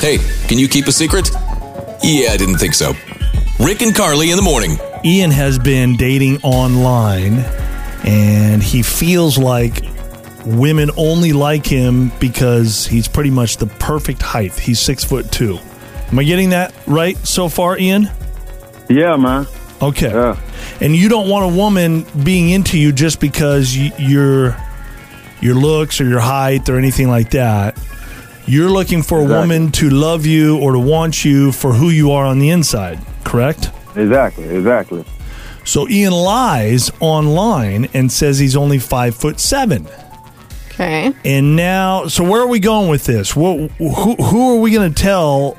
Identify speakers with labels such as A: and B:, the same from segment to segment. A: Hey, can you keep a secret? Yeah, I didn't think so. Rick and Carly in the morning.
B: Ian has been dating online and he feels like women only like him because he's pretty much the perfect height. He's six foot two. Am I getting that right so far, Ian?
C: Yeah, man.
B: Okay.
C: Yeah.
B: And you don't want a woman being into you just because y- your your looks or your height or anything like that. You're looking for
C: Exactly.
B: a woman to love you or to want you for who you are on the inside, correct?
C: Exactly. Exactly.
B: So Ian lies online and says he's only five foot seven.
D: Okay.
B: And now, so where are we going with this? What, who, who are we going to tell?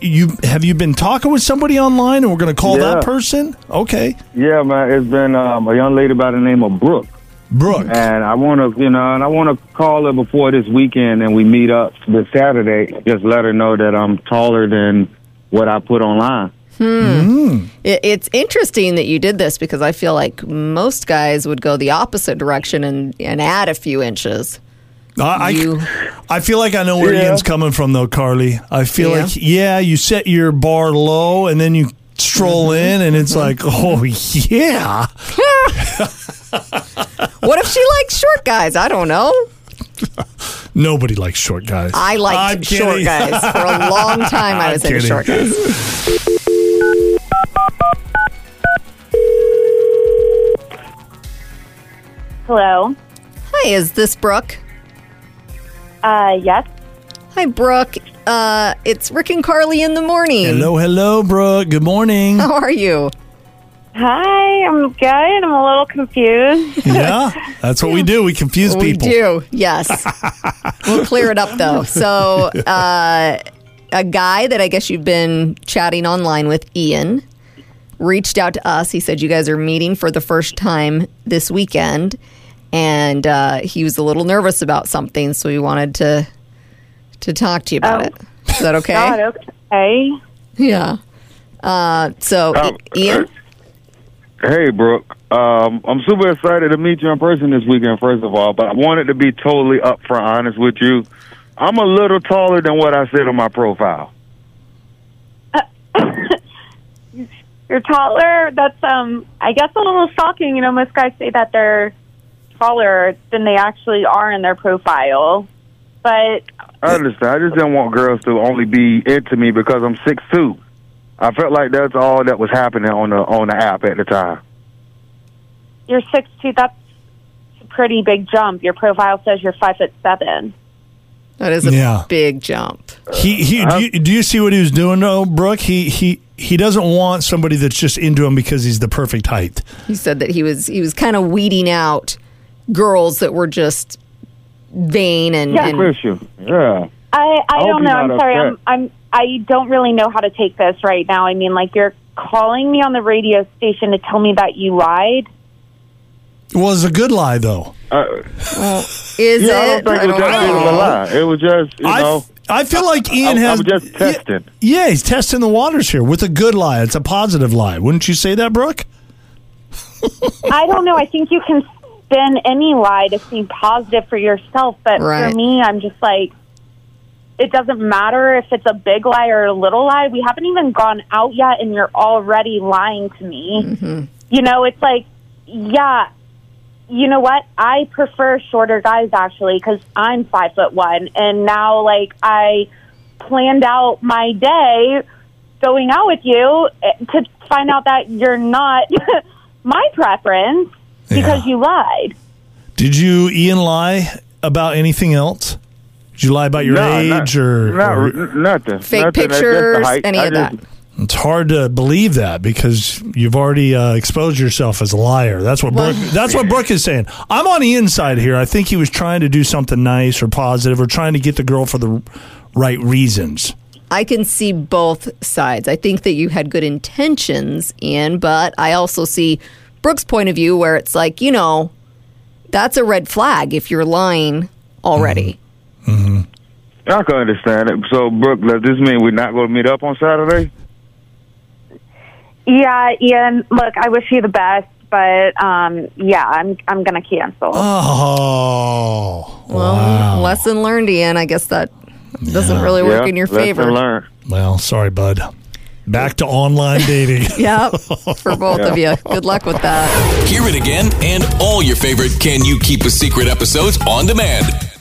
B: You have you been talking with somebody online, and we're going to call
C: Yeah.
B: that person? Okay,
C: Yeah, man. It's been um, a young lady by the name of Brooke,
B: Brooke.
C: and I want to, you know, and I want to call her before this weekend, and we meet up this Saturday. Just let her know that I'm taller than what I put online.
D: It, it's interesting that you did this because I feel like most guys would go the opposite direction and, and add a few inches.
B: I,
D: You-
B: I, I feel like I know where
C: Yeah.
B: Ian's coming from, though, Carly. I feel
D: Yeah.
B: like yeah, you set your bar low, and then you stroll in, and it's like, oh yeah,
D: What if she likes short guys? I don't know.
B: nobody likes short guys.
D: I
B: I'm
D: liked short
B: kidding.
D: guys for a long time. I was into
B: kidding.
D: short guys.
E: Hello.
D: Hi, is this Brooke?
E: Uh, yes.
D: Hi, Brooke. Uh, it's Rick and Carly in the morning.
B: Hello, hello, Brooke. Good morning.
D: How are you?
E: Hi, I'm good. I'm a little confused.
B: yeah, that's what we do. We confuse
D: We
B: people.
D: do, yes. we'll clear it up though. So, uh, a guy that I guess you've been chatting online with, Ian, reached out to us. He said you guys are meeting for the first time this weekend, and uh, he was a little nervous about something, so he wanted to to talk to you about
E: Oh.
D: it. Is that okay?
E: God, okay.
D: Yeah. Uh, so, I-
C: Um,
D: Ian.
C: Hey, Brooke. Um, I'm super excited to meet you in person this weekend, first of all, but I wanted to be totally upfront honest with you. I'm a little taller than what I said on my profile.
E: You're taller. That's um. I guess a little shocking. You know, most guys say that they're taller than they actually are in their profile. But
C: I understand. I just didn't want girls to only be into me because I'm six two. I felt like that's all that was happening on the on the app at the time.
E: you're six two. That's a pretty big jump. Your profile says you're five foot seven.
D: That is a
B: Yeah.
D: big jump.
B: He, he do, you, do you see what he was doing though, Brooke? He he he doesn't want somebody that's just into him because he's the perfect height.
D: He said that he was he was kind of weeding out girls that were just vain and,
E: Yeah.
D: and
C: Christian, yeah.
E: I I
C: hope
E: don't
C: you're
E: know. I'm
C: not
E: sorry.
C: upset.
E: I'm I'm I don't really know how to take this right now. I mean, like you're calling me on the radio station to tell me that you lied.
B: It was a good lie though.
D: is
C: Uh, Yeah, I
D: it?
C: don't think it was that big of a
D: know.
C: lie. It was just, you
B: I
C: know,
B: I feel like Ian
C: I-
B: has
C: I'm just testing.
B: Yeah, he's testing the waters here with a good lie. It's a positive lie, wouldn't you say that, Brooke?
E: I don't know. I think you can spin any lie to seem positive for yourself, but
D: Right.
E: for me, I'm just like, it doesn't matter if it's a big lie or a little lie. We haven't even gone out yet, and you're already lying to me. You know, it's like, yeah. You know what? I prefer shorter guys actually because I'm five foot one, and now like I planned out my day going out with you eh, to find out that you're not my preference because
B: Yeah.
E: you lied.
B: Did you Ian lie about anything else? Did you lie about your
C: No, not-
B: age or,
C: not,
B: or-
C: n- nothing.
D: Fake
C: nothing. It's just the
D: pictures,
C: height.
D: any
C: I
D: of
C: just-
D: that.
B: it's hard to believe that because you've already uh, exposed yourself as a liar. That's what Brooke, that's what Brooke is saying. I'm on the inside here. I think he was trying to do something nice or positive or trying to get the girl for the r- right reasons.
D: I can see both sides. I think that you had good intentions, Ian, but I also see Brooke's point of view where it's like, you know, that's a red flag if you're lying already.
C: I can understand it. So, Brooke, does this mean we're not going to meet up on Saturday?
E: Yeah, Ian. Look, I wish you the best, but um, yeah, I'm I'm gonna cancel.
B: Oh,
D: Well, lesson learned, Ian. I guess that Doesn't really work
C: yeah,
D: in your
C: lesson
D: favor.
C: learned.
B: Well, sorry, bud. Back to online dating.
D: Yep. For both of you. Good luck with that.
A: Hear it again and all your favorite Can You Keep a Secret episodes on demand